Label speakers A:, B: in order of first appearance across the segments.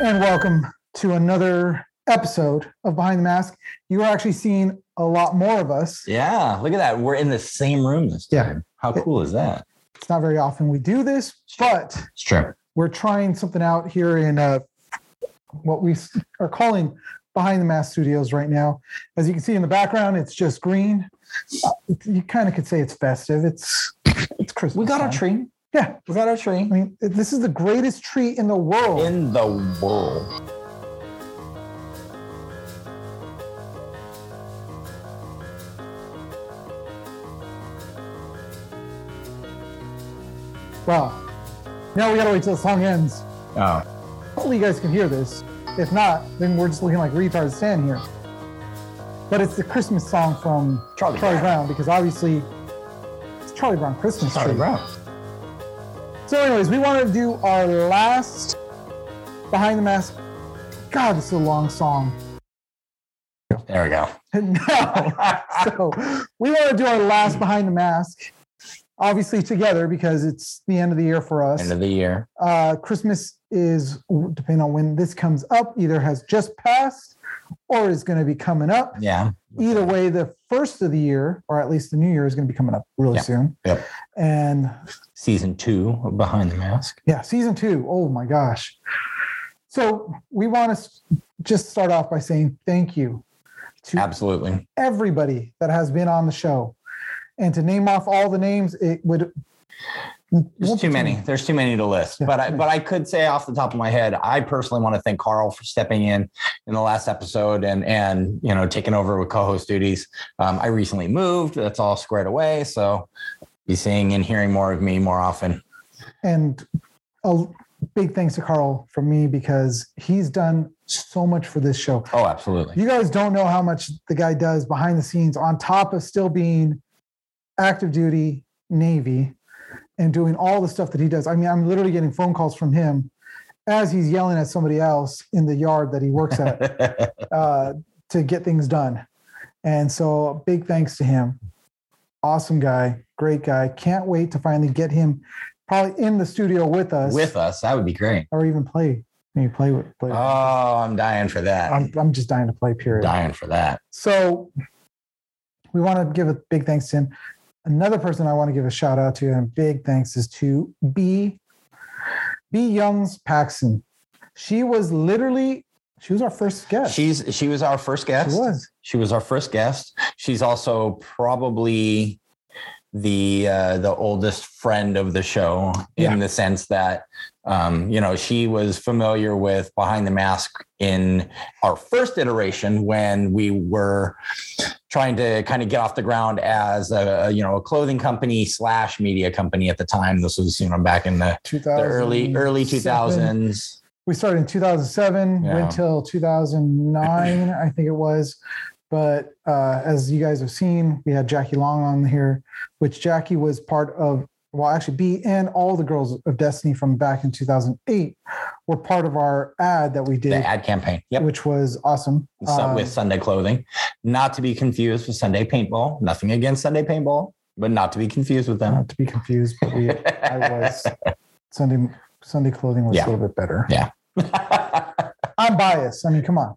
A: welcome to another episode of Behind the Mask. You are actually seeing a lot more of us.
B: Yeah, look at that. We're in the same room this
A: Yeah.
B: time. How cool is that?
A: It's not very often we do this, but
B: It's true.
A: we're trying something out here in uh, what we s- are calling Behind the Mask Studios right now. As you can see in the background, it's just green. Uh, You kind of could say it's festive. It's it's Christmas.
B: We got our
A: time.
B: tree.
A: Yeah,
B: We got our
A: I
B: tree.
A: mean, this is the greatest tree in the world.
B: In the world.
A: Wow. Now we gotta wait till the song ends.
B: Oh.
A: Hopefully you guys can hear this. If not, then we're just looking like retards standing here. But it's the Christmas song from
B: Charlie
A: Charlie
B: Brown.
A: Brown because obviously it's Charlie Brown Christmas
B: Charlie
A: tree.
B: Brown.
A: So, anyways, we want to do our last behind the mask. God, this is a long song.
B: There we go.
A: no. so we want to do our last behind the mask, obviously together because it's the end of the year for us.
B: End of the year.
A: uh, Christmas is, depending on when this comes up, either has just passed or is going to be coming up.
B: Yeah.
A: Either way, the first of the year, or at least the new year, is going to be coming up really
B: Yeah.
A: soon.
B: Yep.
A: And
B: Season two of Behind the Mask.
A: yeah, season two. Oh my gosh. So we want to just start off by saying thank you to
B: Absolutely.
A: everybody that has been on the show. And to name off all the names, it would.
B: There's too many. There's too many to list.
A: Yeah,
B: But
A: too
B: I
A: many.
B: but I could say off the top of my head, I personally want to thank Carl for stepping in in the last episode and and you know taking over with co-host duties. Um, I recently moved. That's all squared away. So be seeing and hearing more of me more often.
A: and a big thanks to Carl from me because he's done so much for this show.
B: Oh, absolutely.
A: You guys don't know how much the guy does behind the scenes, on top of still being active duty Navy and doing all the stuff that he does. I mean, I'm literally getting phone calls from him as he's yelling at somebody else in the yard that he works at uh, to get things done. And so, big thanks to him. Awesome guy, great guy. Can't wait to finally get him probably in the studio with us
B: with us. That would be great.
A: or even play. Maybe play with. Play.
B: Oh, I'm dying for that.
A: I'm, I'm just dying to play. Period.
B: dying for that.
A: So we want to give a big thanks to him. Another person I want to give a shout out to and a big thanks is to B. B. Youngs Paxson. She was literally she was our first guest.
B: She's she was our first
A: she
B: guest.
A: was.
B: She was our first guest. She's also probably the uh, the oldest friend of the show in
A: Yeah.
B: the sense that um, you know she was familiar with Behind the Mask in our first iteration when we were trying to kind of get off the ground as a a, you know a clothing company slash media company at the time. This was you know back in the,
A: Two
B: the
A: thousand
B: early early two thousands.
A: We started in 2007,
B: Yeah.
A: went till 2009, I think it was. But uh, as you guys have seen, we had Jackie Long on here, which Jackie was part of. Well, actually, B and all the girls of Destiny from back in 2008 were part of our ad that we
B: the
A: did,
B: ad campaign. Yep.
A: which was awesome.
B: So
A: Um,
B: with Sunday clothing, not to be confused with Sunday paintball. Nothing against Sunday paintball, but not to be confused with them.
A: not to be confused, but we, I was Sunday Sunday clothing was
B: Yeah.
A: a little bit better.
B: yeah,
A: I'm biased. I mean, come on.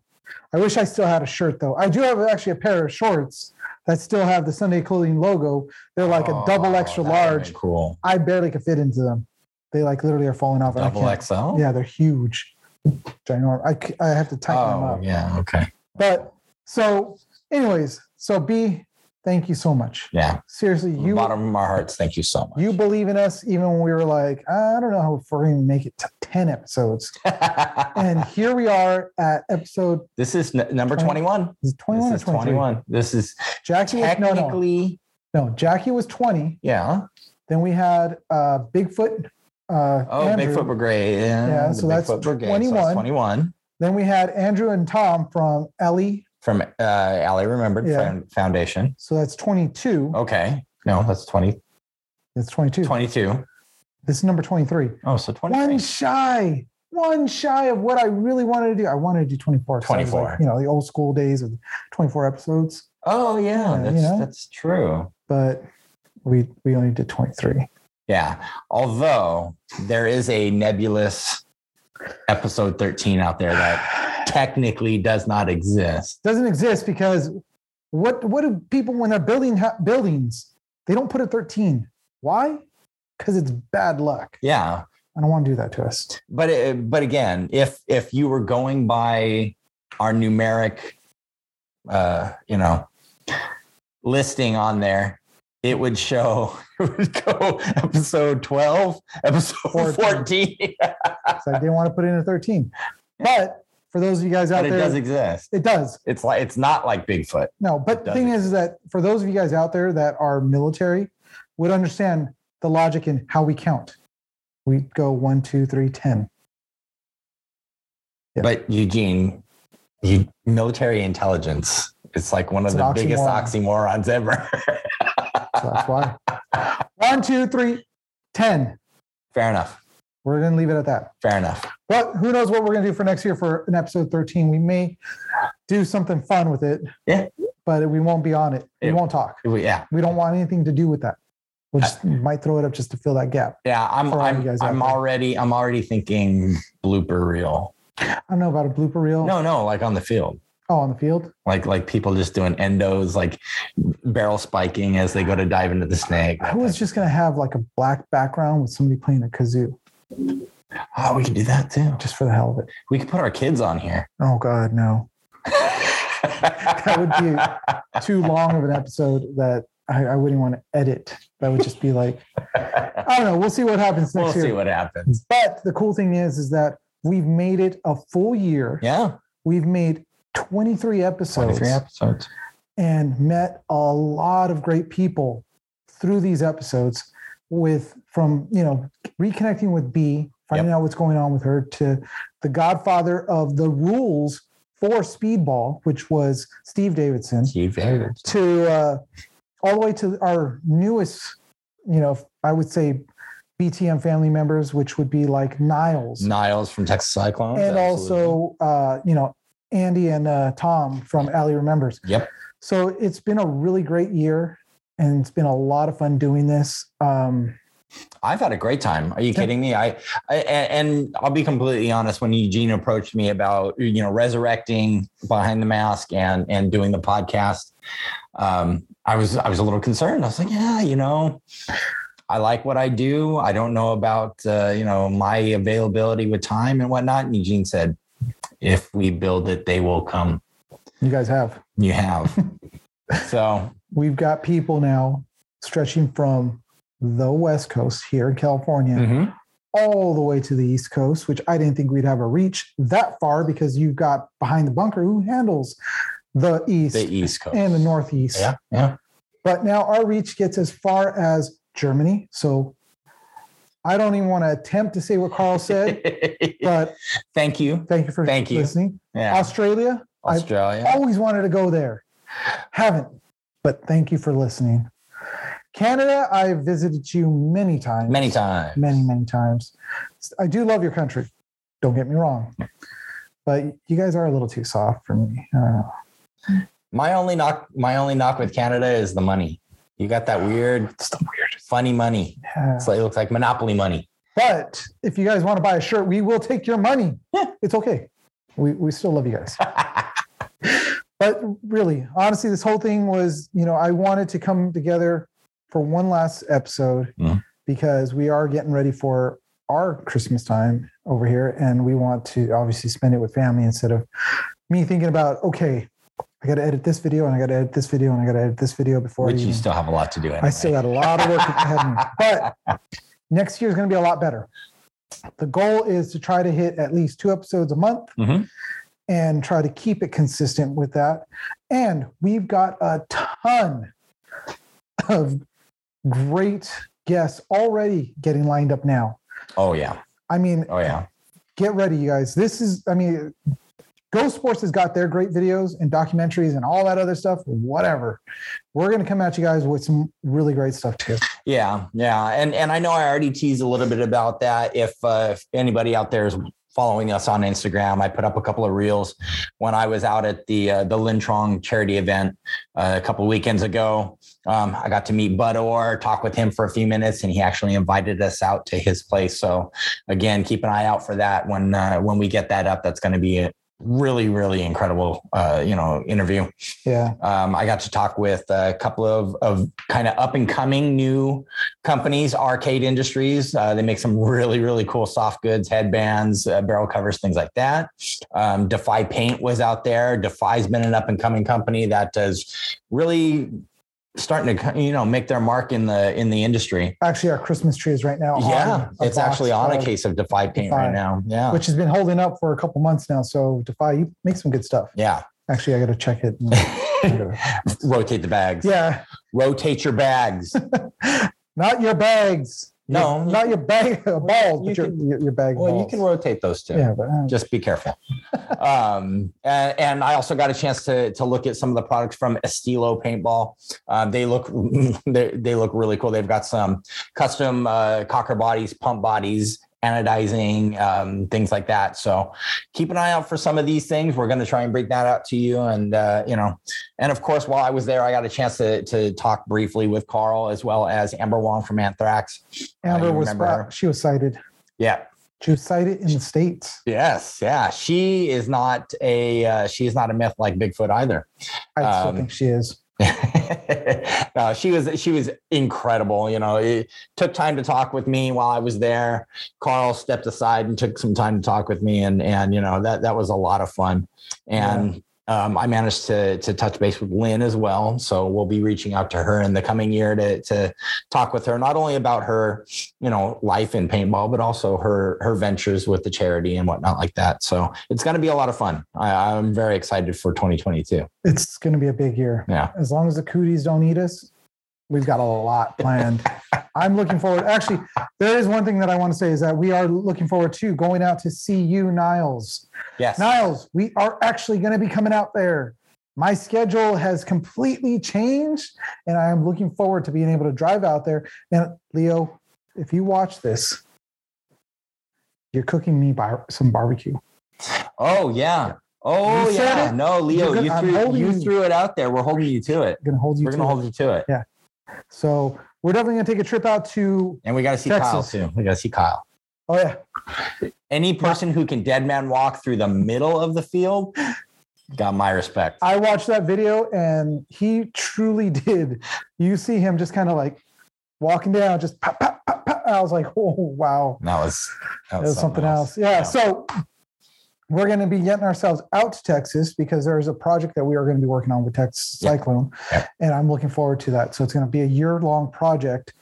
A: I wish I still had a shirt though. I do have actually a pair of shorts that still have the Sunday clothing logo. They're like
B: Oh,
A: a double extra large.
B: Cool.
A: I barely could fit into them. They like literally are falling off. and I
B: Double
A: can't-
B: XL.
A: Yeah, they're huge. Ginormous. I, c- I have to tighten them
B: Oh
A: up.
B: yeah. Okay.
A: But so, anyways, so B, thank you so much.
B: Yeah.
A: Seriously,
B: From
A: you
B: the bottom of our hearts. Thank you so much.
A: you believe in us even when we were like, I don't know if we're going to make it to 10 episodes. And here we are at episode
B: this is n- number
A: Twenty-
B: twenty-one.
A: is it 21
B: this is
A: or 23?
B: twenty-one. This is
A: Jackie was, no, no,
B: technically.
A: no. Jackie was 20.
B: Yeah.
A: Then we had uh, Bigfoot. Uh,
B: Oh,
A: Andrew.
B: Bigfoot Brigade.
A: Yeah,
B: the
A: so that's
B: Bigfoot Brigade. So
A: 21.
B: that's twenty-one
A: Then we had Andrew and Tom from Ellie.
B: from uh, Ally Remembered
A: Yeah.
B: Found- Foundation.
A: So that's 22.
B: Okay. No, that's 20,
A: That's 22.
B: 22.
A: This is number 23.
B: Oh, so 23.
A: One shy, one shy of what I really wanted to do. I wanted to do 24. So I was
B: 24.
A: like, you know, the old school days of 24 episodes,
B: Oh, yeah,
A: Yeah,
B: that's,
A: you know?
B: that's true.
A: but we we only did 23.
B: Yeah. Although there is a nebulous episode 13 out there that technically does not exist.
A: Doesn't exist because what what do people when they're building ha- buildings? They don't put a 13. Why? Because it's bad luck.
B: Yeah.
A: I don't want to do that to us.
B: But it, but again, if if you were going by our numeric uh, you know, listing on there, it would show it would go episode 12, episode 14.
A: So I didn't want to put in a 13. But for those of you guys out
B: but it
A: there,
B: does exist.
A: it does.
B: It's like it's not like Bigfoot.
A: No, but
B: It
A: the
B: does
A: thing is, is that for those of you guys out there that are military, would understand the logic in how we count. We go one, two, three, ten. Yeah.
B: But Eugene, you, military intelligence. It's like one
A: It's
B: of
A: an
B: the biggest oxymorons ever.
A: So that's why. one, two, three, ten.
B: fair enough.
A: We're gonna leave it at that.
B: Fair enough.
A: But who knows what we're going to do for next year for an episode 13. We may do something fun with it.
B: Yeah.
A: But we won't be on it. We
B: Yeah.
A: won't talk.
B: We- Yeah.
A: We don't want anything to do with that. We just might throw it up just to fill that gap.
B: Yeah. I'm
A: For all you
B: I'm,
A: guys out
B: I'm
A: there.
B: already I'm already thinking blooper reel.
A: I don't know about a blooper reel.
B: No, no, like on the field.
A: Oh, on the field.
B: Like like people just doing endos, like barrel spiking as they go to dive into the snake.
A: I was just going to have like a black background with somebody playing a kazoo
B: Oh, we could do that too.
A: just for the hell of it.
B: We could put our kids on here.
A: Oh, God, no.
B: that
A: would Too long of an episode that I, I wouldn't want to edit. That would just be like, I don't know. We'll see what happens
B: we'll
A: next
B: see
A: year.
B: what happens.
A: But the cool thing is, is that we've made it a full year.
B: Yeah.
A: We've made 23 episodes
B: 23 episodes.
A: and met a lot of great people through these episodes with from, you know, reconnecting with B, finding out what's going on with her to the godfather of the rules for speedball, which was Steve Davidson
B: Steve Davidson.
A: to uh, all the way to our newest, you know, I would say BTM family members, which would be like Niles
B: Niles from Texas Cyclones.
A: and
B: absolutely.
A: also, uh, you know, Andy and uh, Tom from Alley Remembers.
B: Yep.
A: So it's been a really great year and it's been a lot of fun doing this. Um,
B: I've had a great time. Are you kidding me? I, I and I'll be completely honest. When Eugene approached me about you know resurrecting behind the mask and and doing the podcast, um, I was I was a little concerned. I was like, yeah, you know, I like what I do. I don't know about uh, you know my availability with time and whatnot. And Eugene said, if we build it, they will come.
A: you guys have.
B: You have. so
A: We've got people now stretching from the West Coast here in California
B: mhm.
A: all the way to the East Coast, which I didn't think we'd have a reach that far because you've got behind the bunker who handles the East
B: the East Coast
A: and the Northeast.
B: Yeah, yeah.
A: But now our reach gets as far as Germany. So I don't even want to attempt to say what Carl said, but
B: Thank you.
A: thank you for
B: Thank you.
A: listening.
B: Yeah.
A: Australia, I've-
B: Australia.
A: always wanted to go there. Haven't, but thank you for listening. Canada, I visited you many times.
B: Many times.
A: Many, many times. I do love your country. Don't get me wrong. But you guys are a little too soft for me. I don't know.
B: My only knock my only knock with Canada is the money. You got that weird
A: It's the weirdest.
B: funny money.
A: Yeah.
B: It's like, it looks like monopoly money.
A: But if you guys want to buy a shirt, we will take your money.
B: Yeah.
A: It's okay. We, we still love you guys. but really, honestly, this whole thing was, you know, I wanted to come together for one last episode
B: Mhm.
A: because we are getting ready for our Christmas time over here. And we want to obviously spend it with family instead of me thinking about, okay, I got to edit this video and I got to edit this video and I got to edit this video before
B: Which
A: I
B: you
A: even-
B: still have a lot to do anyway.
A: I still got a lot of work ahead of me, but next year's going to be a lot better. The goal is to try to hit at least two episodes a month
B: Mhm.
A: and try to keep it consistent with that. And we've got a ton of great guests already getting lined up now.
B: Oh yeah.
A: I mean,
B: Oh yeah.
A: get ready, you guys. This is, I mean, Go Sports has got their great videos and documentaries and all that other stuff, whatever. We're going to come at you guys with some really great stuff too.
B: Yeah. Yeah. And and I know I already teased a little bit about that. If uh, if anybody out there is following us on Instagram, I put up a couple of reels when I was out at the uh, the Lin Trong charity event uh, a couple weekends ago. Um, I got to meet Bud Orr, talk with him for a few minutes, and he actually invited us out to his place. So again, keep an eye out for that when uh, when we get that up. That's going to be a really really incredible uh, you know interview.
A: Yeah.
B: Um, I got to talk with a couple of, of kind of up and coming new companies, Arcade Industries. Uh, they make some really, really cool soft goods, headbands, uh, barrel covers, things like that. Um, Defy Paint was out there. Defy's been an up and coming company that is really starting to you know make their mark in the in the industry
A: actually our christmas tree is right now
B: yeah it's actually on a case of defy paint
A: Defy,
B: right now yeah
A: which has been holding up for a couple months now so defy you make some good stuff
B: yeah
A: actually i gotta check it and-
B: rotate the bags
A: yeah
B: rotate your bags
A: not your bags
B: No.
A: not your bag balls
B: you
A: but your,
B: can-
A: your, your bag
B: well you
A: balls.
B: can rotate those too
A: yeah but uh,
B: just be careful. um, and, and I also got a chance to to look at some of the products from Estilo Paintball. Uh, they look they, they look really cool. They've got some custom uh, cocker bodies, pump bodies, anodizing um, things like that. So keep an eye out for some of these things. We're going to try and break that out to you, and uh, you know, and of course, while I was there, I got a chance to to talk briefly with Carl as well as Amber Wong from Anthrax.
A: amber
B: I
A: was
B: remember-
A: she was cited
B: Yeah,
A: she was cited in the states
B: Yes, yeah. She is not a uh, she is not a myth like Bigfoot either.
A: i still
B: Um,
A: think she is
B: no, she was she was incredible. You know, it took time to talk with me while I was there. Carl stepped aside and took some time to talk with me, and and you know that that was a lot of fun. And um, I managed to to touch base with Lynn as well, so we'll be reaching out to her in the coming year to to talk with her not only about her you know life in paintball, but also her her ventures with the charity and whatnot like that. So it's going to be a lot of fun. I, I'm very excited for 2022.
A: it's gonna be a big year
B: Yeah.
A: as long as the cooties don't eat us, we've got a lot planned. I'm looking forward. Actually, there is one thing that I want to say is that we are looking forward to going out to see you, Niles.
B: Yes.
A: Niles, we are actually going to be coming out there. My schedule has completely changed, and I am looking forward to being able to drive out there. And Leo, if you watch this, you're cooking me bar- some barbecue.
B: Oh yeah. Oh
A: You said
B: yeah.
A: it.
B: No, Leo,
A: You're gonna-
B: you
A: I'm
B: threw
A: holding
B: you
A: you.
B: threw it out there. We're holding you to it.
A: I'm going to hold you
B: We're
A: to
B: gonna
A: it.
B: hold you to it.
A: So we're definitely going to take a trip out to.
B: And we gotta see
A: Texas.
B: Kyle too. We gotta see Kyle.
A: Oh yeah,
B: Any person who can dead man walk through the middle of the field got my respect.
A: I watched that video and he truly did. You see him just kind of like walking down, just pop, pop, pop, pop. I was like, oh, wow.
B: That was that
A: That was something else. Yeah.
B: Yeah.
A: So we're going to be getting ourselves out to Texas because there is a project that we are going to be working on with Texas
B: Yeah.
A: Cyclone.
B: Yeah.
A: And I'm looking forward to that. So it's going to be a year long project.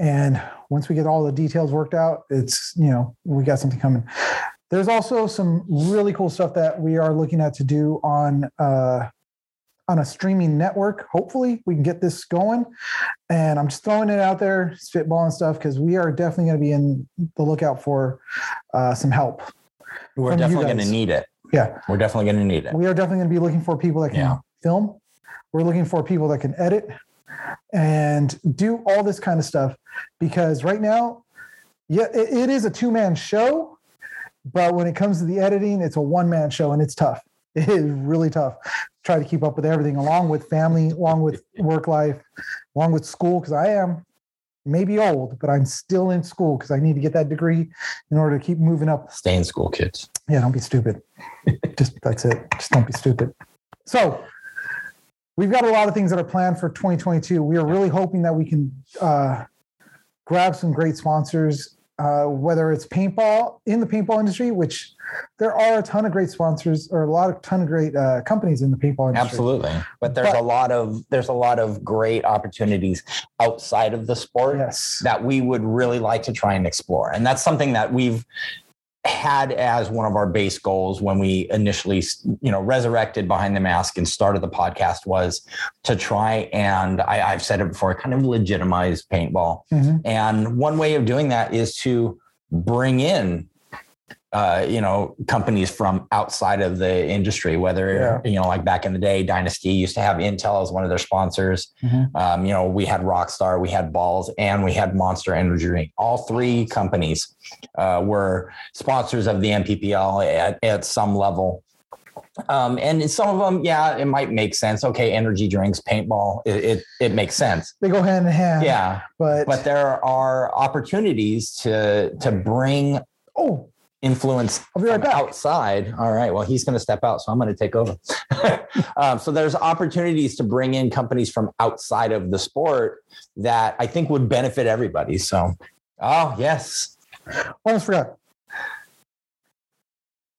A: And once we get all the details worked out, it's, you know, we got something coming. There's also some really cool stuff that we are looking at to do on, uh, on a streaming network. Hopefully, we can get this going. And I'm just throwing it out there, spitballing stuff, because we are definitely going to be in the lookout for uh, some help.
B: We're
A: From you
B: definitely gonna
A: guys.
B: need it.
A: Yeah.
B: We're definitely gonna need it.
A: We are definitely going to be looking for people that can
B: Yeah.
A: film. We're looking for people that can edit and do all this kind of stuff because right now, yeah, it, it is a two man show, but when it comes to the editing, it's a one man show and it's tough. It is really tough. Try to keep up with everything along with family, along with work life, along with school because I am maybe old, but I'm still in school because I need to get that degree in order to keep moving up
B: Stay in school, kids.
A: yeah, don't be stupid. Just that's it. Just don't be stupid. So we've got a lot of things that are planned for 2022. We are really hoping that we can uh, grab some great sponsors, uh, whether it's paintball in the paintball industry, which there are a ton of great sponsors or a lot of ton of great uh, companies in the paintball industry.
B: Absolutely. But there's
A: But-
B: a lot of there's a lot of great opportunities outside of the sport.
A: Yes.
B: that we would really like to try and explore. And that's something that we've had as one of our base goals when we initially, you know, resurrected behind the mask and started the podcast was to try and I, I've said it before, kind of legitimize paintball.
A: Mhm.
B: And one way of doing that is to bring in uh, you know, companies from outside of the industry, whether, you know, like back in the day, Dynasty used to have Intel as one of their sponsors.
A: Mhm.
B: Um, you know, we had Rockstar, we had Balls, and we had Monster Energy Drink. All three companies uh, were sponsors of the MPPL at, at some level. Um, and in some of them, yeah, it might make sense. Okay, energy drinks, paintball, it, it, it makes sense.
A: They go hand in hand.
B: Yeah,
A: But,
B: but there are opportunities to to bring
A: oh,
B: influence
A: I'll be right
B: from
A: back.
B: outside. All right. Well, he's going to step out, so I'm going to take over. um, so there's opportunities to bring in companies from outside of the sport that I think would benefit everybody. So, oh yes,
A: Almost forgot.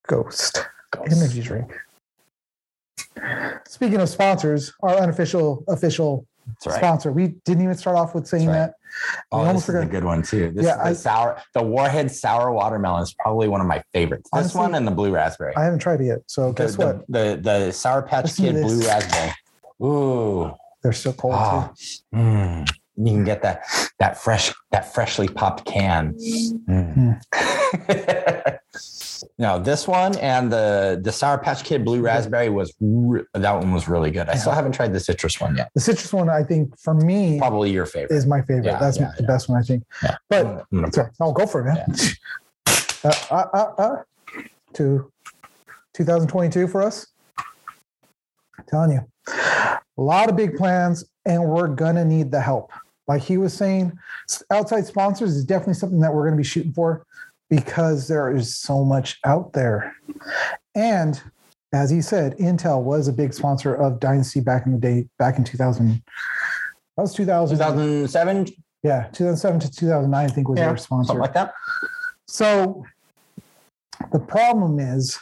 A: Ghost energy drink. Speaking of sponsors, our unofficial official
B: That's right.
A: sponsor. We didn't even start off with saying
B: That's right.
A: that.
B: Oh,
A: almost
B: this is a
A: forgot.
B: good one too. This
A: Yeah,
B: is the
A: I-
B: sour, the Warhead sour watermelon is probably one of my favorites. This
A: Honestly,
B: one and the blue raspberry.
A: I haven't tried it yet. So
B: the,
A: guess
B: the-
A: what?
B: The, the sour patch
A: Let's do
B: kid
A: this.
B: blue raspberry. Ooh.
A: They're so cold.
B: Ah,
A: too.
B: mm. you can get that that fresh that freshly popped can. Mm. no, this one and the the Sour Patch Kid Blue Raspberry was re- that one was really good. I still haven't tried the citrus one yet.
A: The citrus one, I think, for me,
B: Probably your favorite.
A: is my favorite.
B: Yeah,
A: That's
B: yeah,
A: the best one, I think.
B: Yeah.
A: But
B: I'm gonna-
A: That's right. I'll go for it, man. Uh, uh, uh, uh, to 2022 for us. I'm telling you, a lot of big plans, and we're gonna need the help. Like he was saying, s- outside sponsors is definitely something that we're gonna be shooting for because there is so much out there. And as he said, Intel was a big sponsor of Dynasty back in the day, back in 2000. That was 2000.
B: 2007,
A: Yeah, 2007 to 2009, I think was
B: Yeah,
A: their sponsor.
B: something like that.
A: So the problem is,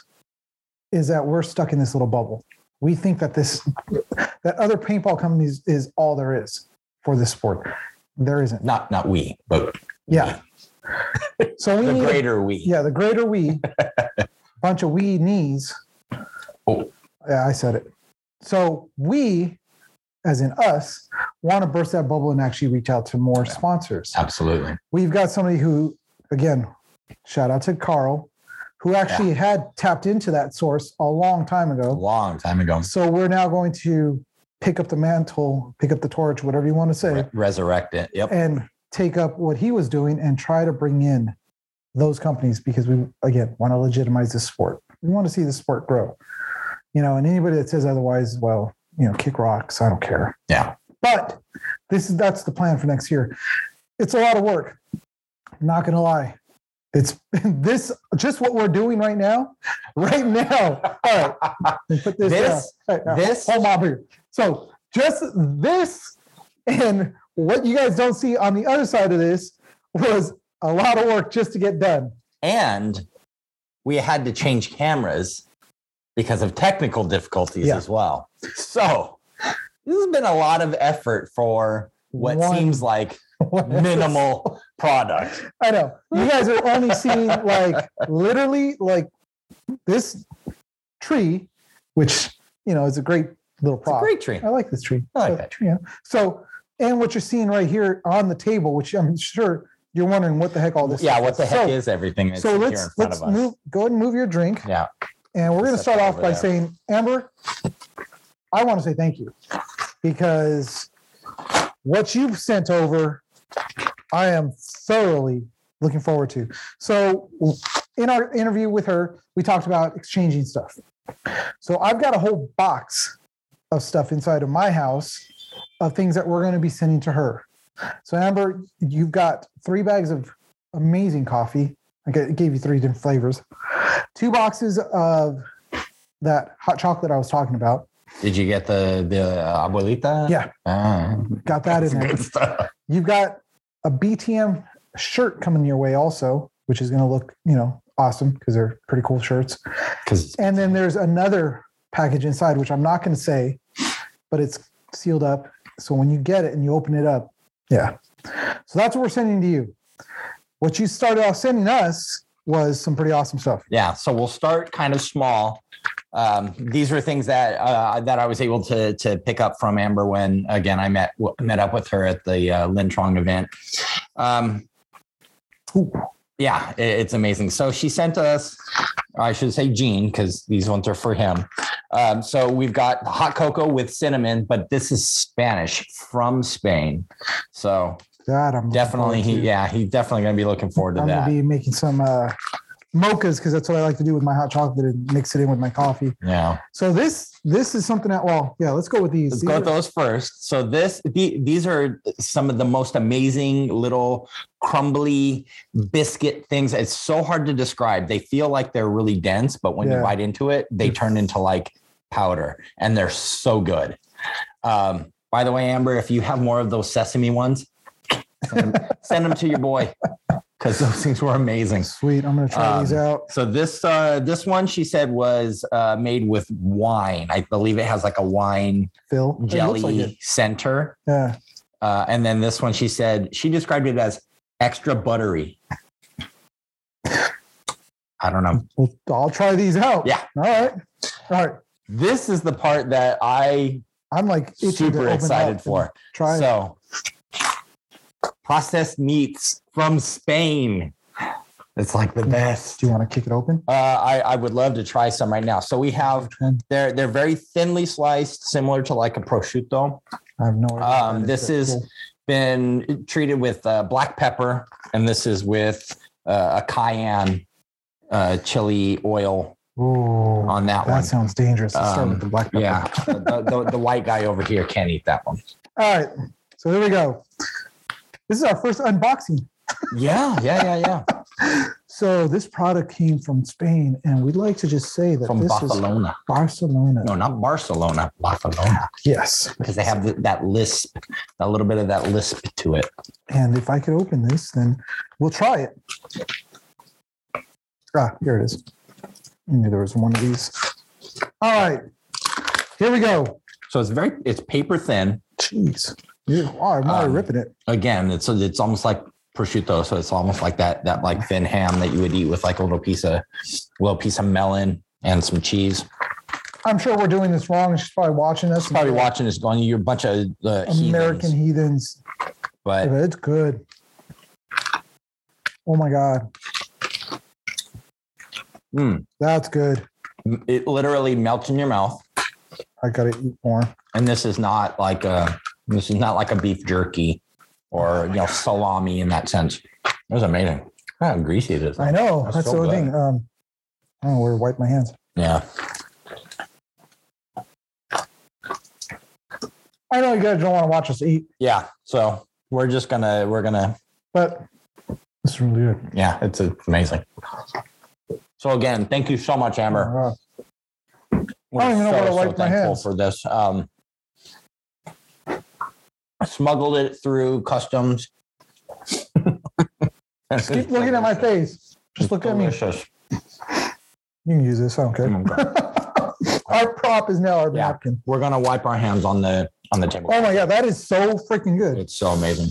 A: is that we're stuck in this little bubble. We think that this, that other paintball companies is all there is for this sport. There isn't.
B: Not not we, but
A: Yeah. So we
B: the
A: need,
B: greater we.
A: yeah, the greater we, bunch of we knees.
B: Oh.
A: Yeah, I said it. So we, as in us, want to burst that bubble and actually reach out to more sponsors.
B: Absolutely.
A: we've got somebody who, again, shout out to Carl, who actually had tapped into that source a long time
B: A
A: ago.
B: long time ago.
A: So we're now going to pick up the mantle, pick up the torch, whatever you want to say,
B: Re- resurrect it. Yep.
A: and take up what he was doing and try to bring in those companies because we, again, want to legitimize this sport. We want to see the sport grow. You know, and anybody that says otherwise, well, you know, kick rocks. I don't care.
B: Yeah.
A: But this is that's the plan for next year. It's a lot of work. Not gonna lie. It's this just what we're doing right now. Right now. All right. Put this,
B: This-
A: down. All right, now,
B: this-
A: hold on here. So just this and what you guys don't see on the other side of this was a lot of work just to get done.
B: and we had to change cameras because of technical difficulties
A: Yeah.
B: as well. So this has been a lot of effort for what
A: One-
B: seems like minimal product.
A: I know. You guys are only seeing like literally like this tree, which you know is a great little
B: It's a
A: prop.
B: great tree.
A: I like this tree.
B: I like
A: So,
B: that
A: Yeah. So, and what you're seeing right here on the table, which I'm sure you're wondering what the heck all this.
B: Yeah,
A: stuff
B: what the heck
A: So-
B: is everything that's
A: So
B: here
A: let's
B: in front
A: let's
B: of us?
A: move. Go ahead and move your drink.
B: Yeah.
A: And we're going to
B: Set
A: start
B: that
A: off
B: over
A: by
B: there.
A: saying, Amber, I want to say thank you because what you've sent over, I am thoroughly looking forward to. So, in our interview with her, we talked about exchanging stuff. So, I've got a whole box of stuff inside of my house of things that we're going to be sending to her. So, Amber, you've got three bags of amazing coffee. I g- gave you three different flavors two boxes of that hot chocolate I was talking about.
B: Did you get the the uh, abuelita?
A: Yeah.
B: Ah,
A: Got that
B: that's
A: in there.
B: good stuff.
A: You've got a BTM shirt coming your way also, which is going to look, you know, awesome because they're pretty cool shirts.
B: 'Cause-
A: And then there's another package inside, which I'm not going to say, but it's sealed up. So when you get it and you open it up, yeah. So that's what we're sending to you. What you started off sending us was some pretty awesome stuff.
B: yeah so we'll start kind of small um, these are things that uh, that I was able to to pick up from Amber when again I met w- met up with her at the uh, Lin Trong event. Um,
A: Ooh,
B: yeah, it- it's amazing. So she sent us, I should say Gene, because these ones are for him. Um, so we've got hot cocoa with cinnamon, but this is Spanish from Spain. So
A: That I'm looking
B: definitely,
A: forward
B: he,
A: to.
B: yeah, he's definitely going to be looking forward to
A: I'm
B: that.
A: gonna be making some uh, mochas because that's what I like to do with my hot chocolate and mix it in with my coffee.
B: yeah.
A: So this this is something that well yeah let's go with these.
B: Let's
A: These
B: go with
A: are-
B: those first. So this the, these are some of the most amazing little crumbly biscuit things. It's so hard to describe. They feel like they're really dense, but when
A: Yeah.
B: you bite into it, they turn into like powder and they're so good. Um, by the way, Amber, if you have more of those sesame ones, send them, send them to your boy because those things were amazing.
A: Sweet, I'm gonna try
B: Um,
A: these out.
B: So this uh, this one she said was uh, made with wine. I believe it has like a wine
A: Phil It looks
B: jelly
A: like it.
B: center.
A: yeah,
B: Uh, and then this one, she said she described it as extra buttery. I don't know.
A: well, I'll try these out.
B: Yeah.
A: All right. All right.
B: This is the part that I
A: I'm like itching to
B: super
A: open up
B: excited
A: and
B: for.
A: Try it.
B: So, processed meats from Spain. It's like the best.
A: Do you want to kick it open?
B: Uh, I, I would love to try some right now. So we have they're they're very thinly sliced, similar to like a prosciutto.
A: I have no idea.
B: Um,
A: what that
B: this
A: but
B: is-
A: cool.
B: been treated with uh, black pepper, and this is with uh, a cayenne uh, chili oil
A: Ooh,
B: on that,
A: that
B: one.
A: sounds dangerous. Let's start
B: Um,
A: with the black pepper.
B: yeah, the, the, the white guy over here can't eat that one.
A: All right. So there we go. This is our first unboxing.
B: Yeah, yeah, yeah,
A: So this product came from Spain, and we'd like to just say
B: yeah.
A: that
B: From
A: this is
B: Barcelona.
A: Barcelona.
B: No, not Barcelona, Barcelona,
A: Yes.
B: because they have th- that lisp, a little bit of that lisp to it.
A: And if I could open this, then we'll try it. Ah, here it is. I knew there was one of these. All right. Here we go.
B: So it's very, it's paper thin.
A: Jeez. You are not
B: Um,
A: ripping it.
B: Again, it's it's almost like prosciutto, so it's almost like that that like thin ham that you would eat with like a little piece of little piece of melon and some cheese.
A: I'm sure we're doing this wrong. She's probably watching us.
B: She's probably watching this going, you're a bunch of uh,
A: American
B: heathens."
A: heathens.
B: But
A: But it's good. Oh my God.
B: mm,
A: That's good.
B: it literally melts in your mouth.
A: I gotta eat more.
B: And this is not like a this is not like a beef jerky or you know salami in that sense. It was amazing. How greasy it is.
A: I know.
B: That's
A: That's,
B: so
A: the only
B: good.
A: thing. Um, I don't know where to wipe my hands.
B: Yeah.
A: I know you guys don't want to watch us eat,
B: Yeah. So we're just gonna we're gonna
A: but this is really good.
B: yeah, it's amazing. So again, thank you so much, Amber.
A: Uh,
B: We're
A: I don't even know
B: so,
A: where to
B: so
A: wipe my
B: thankful
A: hands.
B: for this. Um, I smuggled it through customs.
A: just keep looking at my face. Just look at me.
B: Delicious.
A: You can use this. I don't care.
B: Oh my God.
A: our prop is now our
B: Yeah.
A: napkin.
B: We're gonna wipe our hands on the on the table.
A: Oh my god, that is so freaking good.
B: It's so amazing.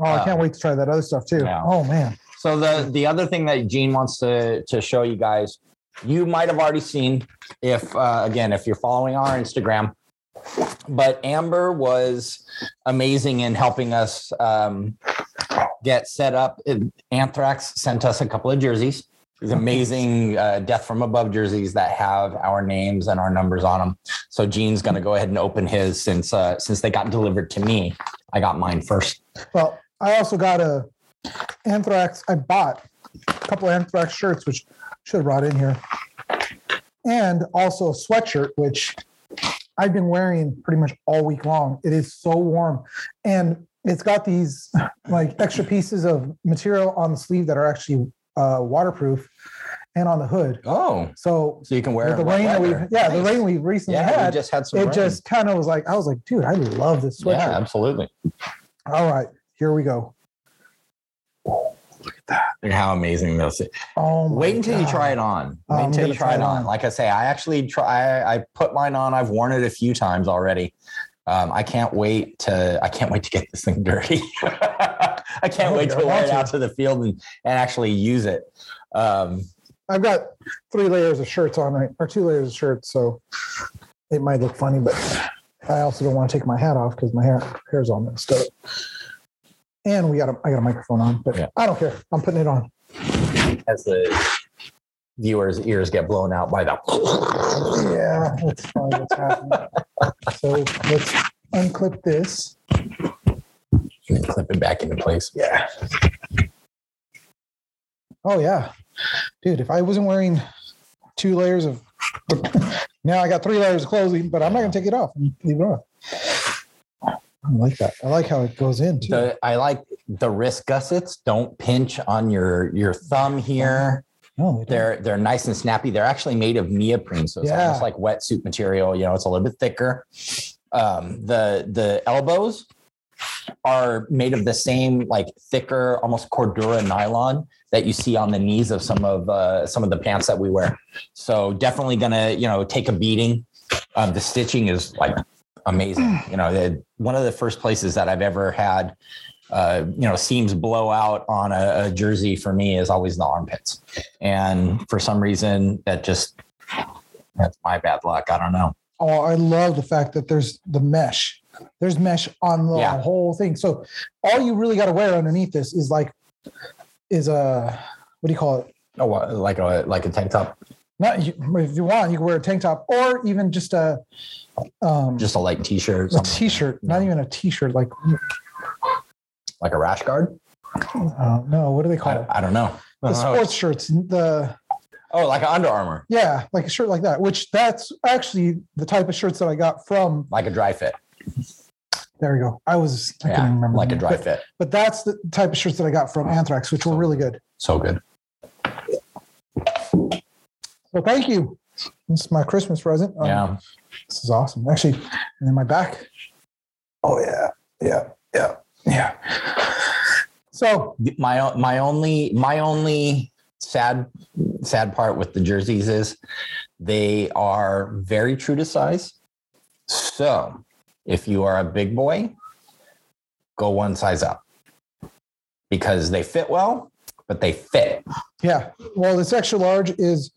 A: Oh, I
B: Uh,
A: can't wait to try that other stuff too.
B: yeah.
A: Oh man.
B: So the the other thing that Gene wants to to show you guys, you might have already seen if uh, again if you're following our Instagram, but Amber was amazing in helping us um, get set up. Anthrax sent us a couple of jerseys. These amazing uh, Death from Above jerseys that have our names and our numbers on them. So Gene's going to go ahead and open his since uh, since they got delivered to me. I got mine first.
A: Well, I also got a anthrax. I bought a couple of anthrax shirts, which should have brought in here, and also a sweatshirt, which I've been wearing pretty much all week long. It is so warm, and it's got these like extra pieces of material on the sleeve that are actually uh, waterproof, and on the hood.
B: Oh,
A: So
B: so you can wear
A: with
B: it
A: the
B: in wet
A: rain that we
B: weather.
A: yeah the
B: Nice.
A: rain we recently
B: Yeah, we
A: had,
B: just had some.
A: it
B: rain.
A: just kind of was like I was like, dude, I love this sweatshirt.
B: yeah, absolutely.
A: All right, here we go.
B: And how amazing this! Is.
A: Oh, my
B: Wait until you
A: God.
B: try it on.
A: Oh,
B: Wait
A: I'm
B: until you
A: gonna
B: try it on. Like I say, I actually try. I, I put mine on. I've worn it a few times already. Um, I can't wait to. I can't wait to get this thing dirty. I can't
A: hope
B: wait
A: Oh, you're
B: to wear it
A: watching.
B: out to the field and and actually use it. Um,
A: I've got three layers of shirts on right, or two layers of shirts, so it might look funny, but I also don't want to take my hat off because my hair hair's all messed up. And we got a I got a microphone on, but
B: Yeah.
A: I don't care. I'm putting it on.
B: as the viewers' ears get blown out by the.
A: Yeah, that's fine. What's happening? so let's unclip this.
B: Clip it back into place.
A: Yeah. Oh yeah, dude. If I wasn't wearing two layers of, now I got three layers of clothing, but I'm not gonna take it off. and Leave it on. I like that. I like how it goes in. Too.
B: The, I like the wrist gussets. Don't pinch on your your thumb here.
A: No, it-
B: They're they're nice and snappy. They're actually made of neoprene, so it's
A: Yeah.
B: almost like wetsuit material. You know, it's a little bit thicker. Um, the the elbows are made of the same like thicker, almost cordura nylon that you see on the knees of some of uh, some of the pants that we wear. So definitely gonna you know take a beating. Um, the stitching is like amazing. You know, the, one of the first places that I've ever had. Uh, you know, seams blow out on a, a jersey for me is always the armpits and for some reason that just that's my bad luck i don't know
A: oh, I love the fact that there's the mesh. There's mesh on the
B: Yeah.
A: whole thing. So all you really got to wear underneath this is like, is a what do you call it?
B: oh what, like a like a tank top
A: Not you, if you want, you can wear a tank top or even just a um,
B: just a light t-shirt or
A: a
B: something
A: t-shirt. Not even a t-shirt. Like
B: like a rash guard
A: uh, no, what do they call
B: i,
A: it?
B: I don't know
A: The
B: I don't know.
A: sports shirts. The
B: oh like an under armor
A: yeah, like a shirt like that. Which that's actually the type of shirts that I got from.
B: like a dry fit
A: There we go. I was I couldn't
B: yeah
A: remember
B: like
A: the
B: a
A: name.
B: dry
A: But-
B: fit
A: but that's the type of shirts that I got from Anthrax, which were really good.
B: so good
A: So thank you. This is my Christmas present. Um,
B: yeah
A: This is awesome. Actually, and then my back. Oh yeah, yeah, yeah, yeah. So
B: my o- my only my only sad sad part with the jerseys is they are very true to size. So if you are a big boy, go one size up because they fit well, but they fit.
A: yeah, well, this extra large is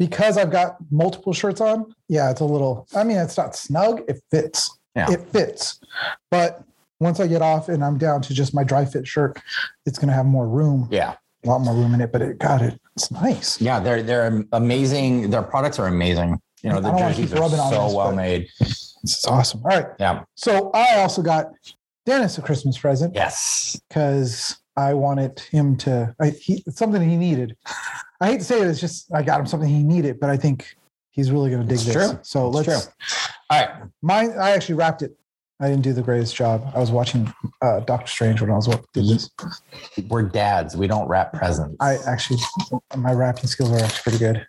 A: because I've got multiple shirts on. Yeah, it's a little. I mean, it's not snug. It fits.
B: Yeah.
A: It fits. But once I get off and I'm down to just my dry fit shirt, it's gonna have more room,
B: Yeah,
A: a lot more room in it. But it got it. It's nice.
B: yeah, they're they're amazing. Their products are amazing. You know,
A: I
B: the
A: don't wanna
B: jerseys
A: keep
B: are
A: rubbing on
B: so
A: this,
B: well
A: but-
B: made.
A: This is awesome. All right.
B: Yeah.
A: So I also got Dennis a Christmas present
B: Yes.
A: because I wanted him to. I, he, it's something he needed. I hate to say it. It's just I got him something he needed, but I think he's really going to dig
B: It's
A: this.
B: true.
A: So
B: It's
A: let's.
B: true. All right.
A: Mine. I actually wrapped it. I didn't do the greatest job. I was watching uh, Doctor Strange when I was what did this.
B: We're dads. We don't wrap presents.
A: I actually, my wrapping skills are actually pretty good.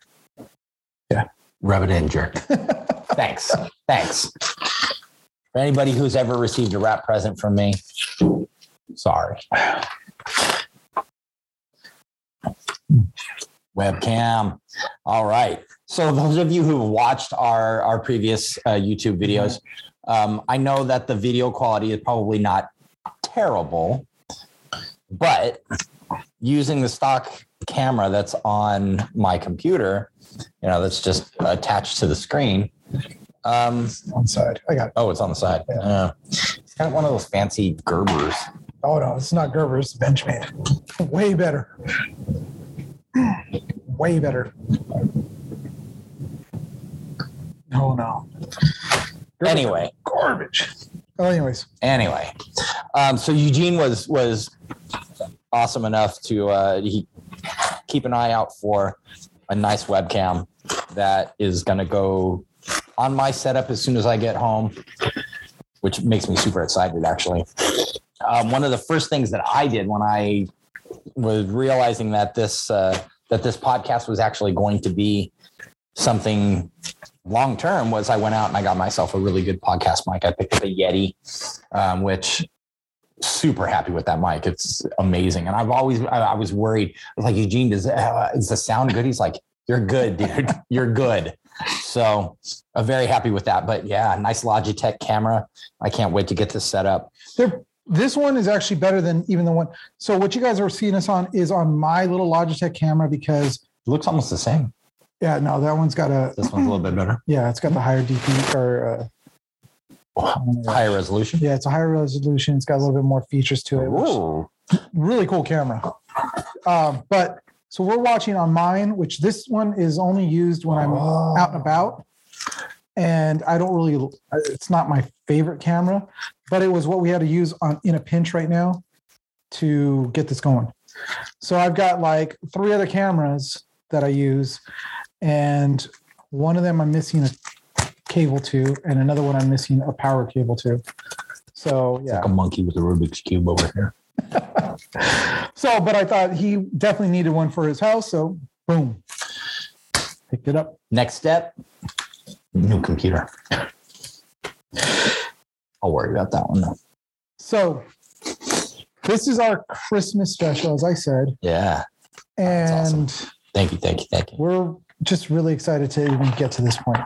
B: Rub it in, jerk. Thanks. Thanks. For anybody who's ever received a wrap present from me, sorry. Webcam. All right. So those of you who have watched our our previous uh, YouTube videos, um, I know that the video quality is probably not terrible, but using the stock camera that's on my computer, you know, that's just attached to the screen. Um,
A: One side. I got it.
B: oh, it's on the side.
A: Yeah.
B: Uh, it's kind of one of those fancy Gerbers.
A: Oh no, it's not Gerber. It's Benchmade. Way better. Way better. Oh no. Gerber's
B: Anyway,
A: garbage. Oh, anyways,
B: anyway, um, so Eugene was was awesome enough to uh, he, keep an eye out for a nice webcam that is going to go on my setup as soon as I get home, which makes me super excited. Actually, um, one of the first things that I did when I was realizing that this uh, that this podcast was actually going to be something long term was I went out and I got myself a really good podcast mic. I picked up a Yeti um, which super happy with that mic. It's amazing. And I've always, I, I was worried. I was like, Eugene, does uh, is the sound good? He's like, you're good, dude. You're good. So I'm very happy with that. But yeah, nice Logitech camera. I can't wait to get this set up.
A: They're, this one is actually better than even the one. So what you guys are seeing us on is on my little Logitech camera because
B: looks almost the same.
A: yeah, no, that one's got a
B: This one's a little bit better.
A: yeah, it's got the higher DP or uh,
B: Higher resolution.
A: yeah, it's a higher resolution. It's got a little bit more features to it. Which,
B: Ooh.
A: really cool camera. Um, but So we're watching on mine, which this one is only used when I'm
B: Oh.
A: out and about. And I don't really, it's not my favorite camera, but it was what we had to use on in a pinch right now to get this going. So I've got like three other cameras that I use, and one of them I'm missing a cable to, and another one I'm missing a power cable to. So yeah,
B: Like a monkey with a Rubik's cube over here.
A: so but I thought he definitely needed one for his house, so boom, picked it up.
B: Next step, new computer. I'll worry about that one though.
A: So this is our Christmas special, as I said,
B: Yeah.
A: and
B: That's Thank you. Thank you. Thank you.
A: we're just really excited to even get to this point,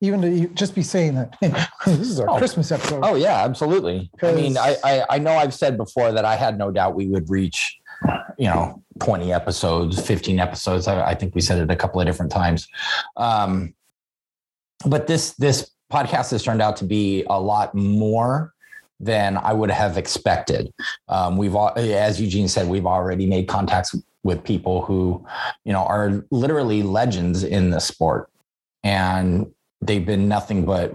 A: even to e- just be saying that "Hey, this is our
B: Oh.
A: Christmas episode.
B: Oh yeah, absolutely. I mean, I, I I know I've said before that I had no doubt we would reach, you know, twenty episodes, fifteen episodes. I, I think we said it a couple of different times. Um, but this this podcast has turned out to be a lot more than I would have expected. Um, we've al- as Eugene said, we've already made contacts with people who, you know, are literally legends in this sport, and they've been nothing but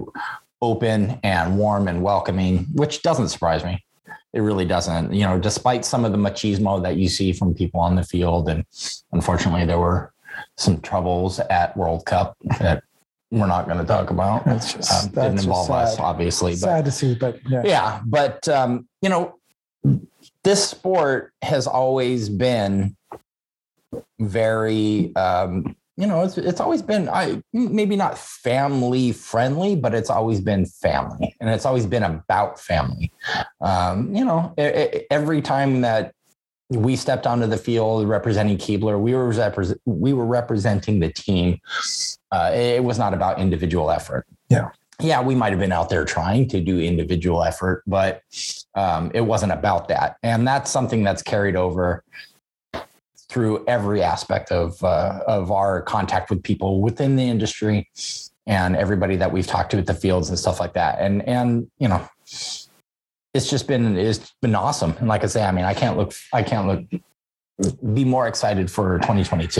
B: open and warm and welcoming, which doesn't surprise me. It really doesn't. You know, despite some of the machismo that you see from people on the field, and unfortunately, there were some troubles at World Cup that we're not going to talk about.
A: That's just-
B: Um,
A: that's
B: didn't
A: just
B: involve us,
A: sad.
B: obviously. But
A: Sad to see, but yeah.
B: yeah but um, you know this sport has always been very um, you know it's, it's always been i maybe not family friendly but it's always been family and it's always been about family um, you know e- e- every time that we stepped onto the field representing Keebler. We were repres we were representing the team. Uh, it was not about individual effort yeah, we might have been out there trying to do individual effort, but um, it wasn't about that. And that's something that's carried over through every aspect of uh, of our contact with people within the industry and everybody that we've talked to at the fields and stuff like that. And and you know, it's just been it's been awesome. And like I say, I mean, I can't look I can't look be more excited for 2022. It's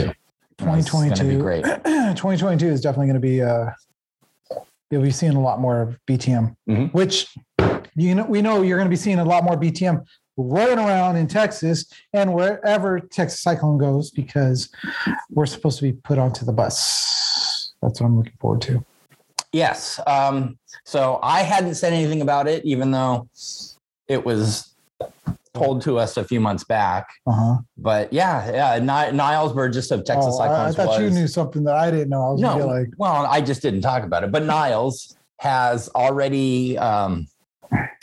B: gonna
A: 2022
B: be great.
A: 2022 is definitely going to be uh you'll be seeing a lot more of btm
B: Mhm.
A: which you know we know you're going to be seeing a lot more btm running around in texas and wherever texas cyclone goes because we're supposed to be put onto the bus that's what i'm looking forward to
B: Yes. Um, so I hadn't said anything about it, even though it was told to us a few months back.
A: uh-huh
B: But yeah, yeah, Ni- Niles Burgess of Texas
A: Oh, I, I
B: Cyclones
A: thought
B: was.
A: you knew something that i didn't know i was
B: no,
A: gonna be like
B: well, I just didn't talk about it. But Niles has already. Um,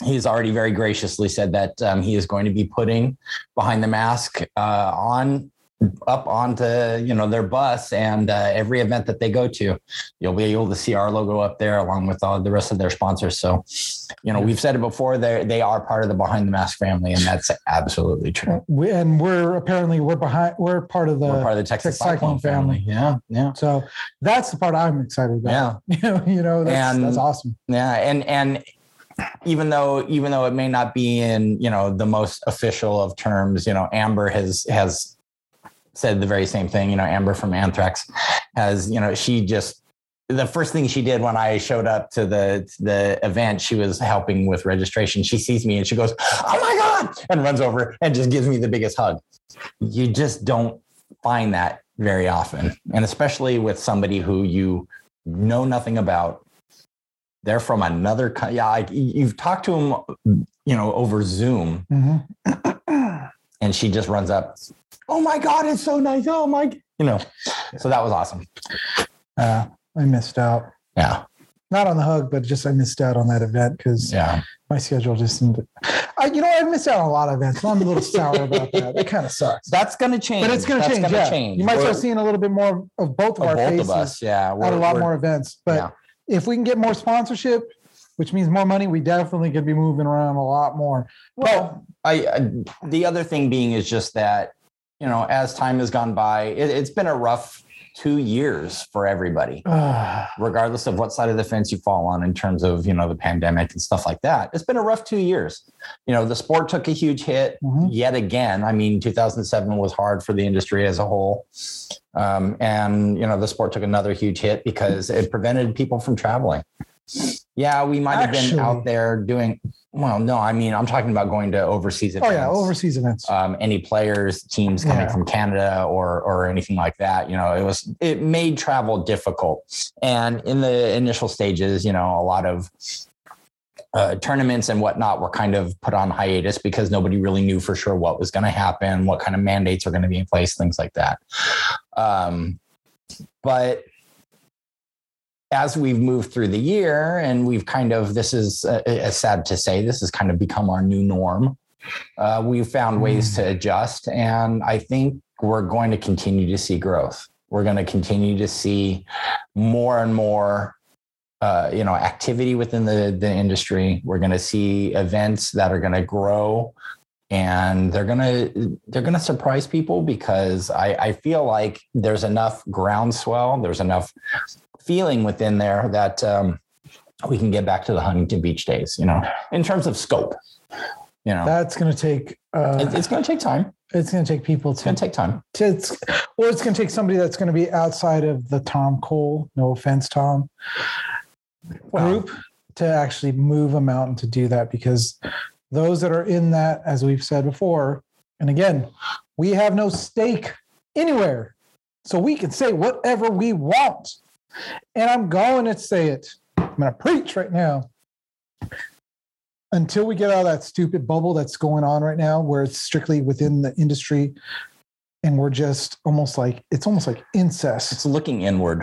B: He's already very graciously said that um, he is going to be putting behind the mask uh, on up onto you know their bus and uh, every event that they go to you'll be able to see our logo up there along with all the rest of their sponsors so you know we've said it before they they are part of the behind the mask family and that's absolutely true
A: we, and we're apparently we're behind we're part of the
B: we're part of the Uh,
A: Texas
B: texas
A: Cyclone
B: cyclone family. yeah yeah
A: so that's the part i'm excited about
B: yeah
A: you know, you know that's,
B: And-
A: that's awesome.
B: yeah and and even though even though it may not be in you know the most official of terms you know amber has has said the very same thing you know amber from anthrax has you know she just the first thing she did when I showed up to the to the event, she was helping with registration. She sees me and she goes, "Oh my god!" and runs over and just gives me the biggest hug. You just don't find that very often, and especially with somebody who you know nothing about they're from another co- yeah I, you've talked to them you know over zoom
A: Mhm.
B: and she just runs up oh my god it's so nice oh my g-" you know so that was awesome
A: Uh, I missed out.
B: yeah
A: Not on the hug, but just I missed out on that event because
B: yeah
A: my schedule just. didn't- I, you know, I missed out on a lot of events. and I'm a little sour about that. It kind of sucks.
B: that's gonna change
A: But it's going to
B: That's
A: change.
B: gonna
A: yeah.
B: change.
A: You might
B: We're-
A: start seeing a little bit more of both of
B: of
A: our
B: both
A: faces
B: of us yeah
A: at a lot
B: we're-
A: more events. But
B: yeah.
A: if we can get more sponsorship, which means more money, we definitely could be moving around a lot more.
B: Well, I, I the other thing being is just that you know as time has gone by, it, it's been a rough two years for everybody
A: oh Ugh.
B: regardless of what side of the fence you fall on in terms of you know the pandemic and stuff like that it's been a rough two years you know the sport took a huge hit
A: Mhm.
B: yet again i mean 2007 was hard for the industry as a whole um, and you know the sport took another huge hit because it prevented people from traveling yeah we might have been
A: Actually-
B: out there doing well no i mean i'm talking about going to overseas
A: Oh
B: events
A: yeah, overseas events.
B: um, any players, teams coming
A: Yeah.
B: from Canada or or anything like that. You know, it was it made travel difficult. And in the initial stages, you know, a lot of uh, tournaments and whatnot were kind of put on hiatus because nobody really knew for sure what was going to happen, what kind of mandates are going to be in place, things like that. Um, but as we've moved through the year and we've kind of this is uh, uh, sad to say this has kind of become our new norm uh, we've found ways to adjust and i think we're going to continue to see growth we're going to continue to see more and more uh, you know activity within the the industry we're going to see events that are going to grow and they're gonna they're gonna surprise people because I, I feel like there's enough groundswell, there's enough feeling within there that um, we can get back to the Huntington Beach days. You know, in terms of scope, you know,
A: That's gonna take. Uh,
B: it, it's gonna take time.
A: it's gonna take people
B: It's
A: to
B: gonna take time.
A: to- it's or it's going to take somebody that's going to be outside of the Tom Cole, no offense, Tom Um,
B: Well-
A: group to actually move a mountain to do that because those that are in that, as we've said before, and again, we have no stake anywhere, so we can say whatever we want. And I'm going to say it. I'm going to preach right now. Until we get out of that stupid bubble that's going on right now, where it's strictly within the industry, and we're just almost like it's almost like
B: It's
A: incest
B: looking inward.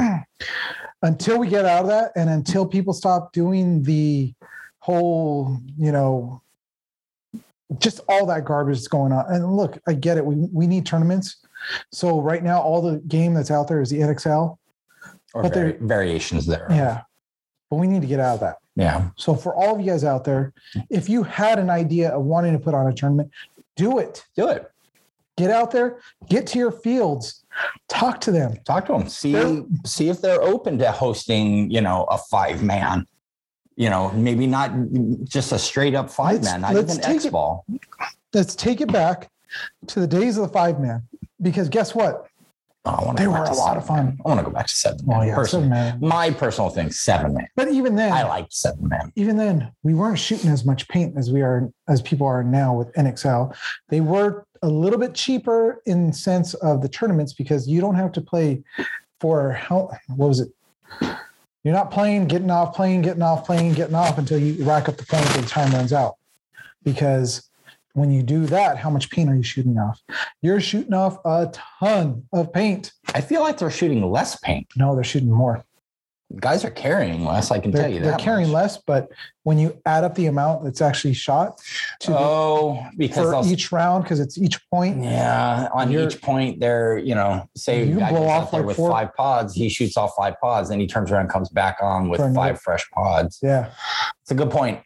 A: until we get out of that and until people stop doing the whole you know just all that garbage that's going on and look i get it we, we need tournaments so right now all the game that's out there is the nxl
B: Or
A: But
B: vari- variations there.
A: yeah but we need to get out of that
B: Yeah.
A: so for all of you guys out there if you had an idea of wanting to put on a tournament do it
B: Do it.
A: get out there get to your fields talk to them
B: Talk to them. See
A: They're-
B: see if they're open to hosting. You know, a five man. You know, maybe not just a straight up five man. Not
A: let's
B: even
A: take
B: X
A: it-
B: ball.
A: let's take it back to the days of the five man because guess what
B: Oh, I want
A: They were a lot of fun.
B: I want to go back to seven.
A: Well,
B: man.
A: Oh, yeah,
B: Personally.
A: seven man.
B: My personal thing, seven man.
A: But even then,
B: I liked seven man.
A: even then, we weren't shooting as much paint as we are as people are now with NXL. They were a little bit cheaper in sense of the tournaments because you don't have to play for how what was it? You're not playing, getting off, playing, getting off, playing, getting off until you rack up the points and time runs out. Because when you do that, how much paint are you shooting off? You're shooting off a ton of paint.
B: I feel like they're shooting less paint.
A: No, they're shooting more.
B: Guys are carrying less. I can
A: they're,
B: tell you that.
A: they're carrying
B: much.
A: less, but when you add up the amount that's actually shot to the,
B: Oh, because
A: for
B: they'll,
A: each round, because it's each point,
B: yeah, on
A: You're-
B: each point they're you know say
A: You
B: a guy
A: blow
B: goes
A: off
B: out there
A: like
B: with
A: four-
B: five pods, he shoots off five pods, then he turns around and comes back on with
A: For another-
B: five fresh pods.
A: yeah.
B: It's a good point.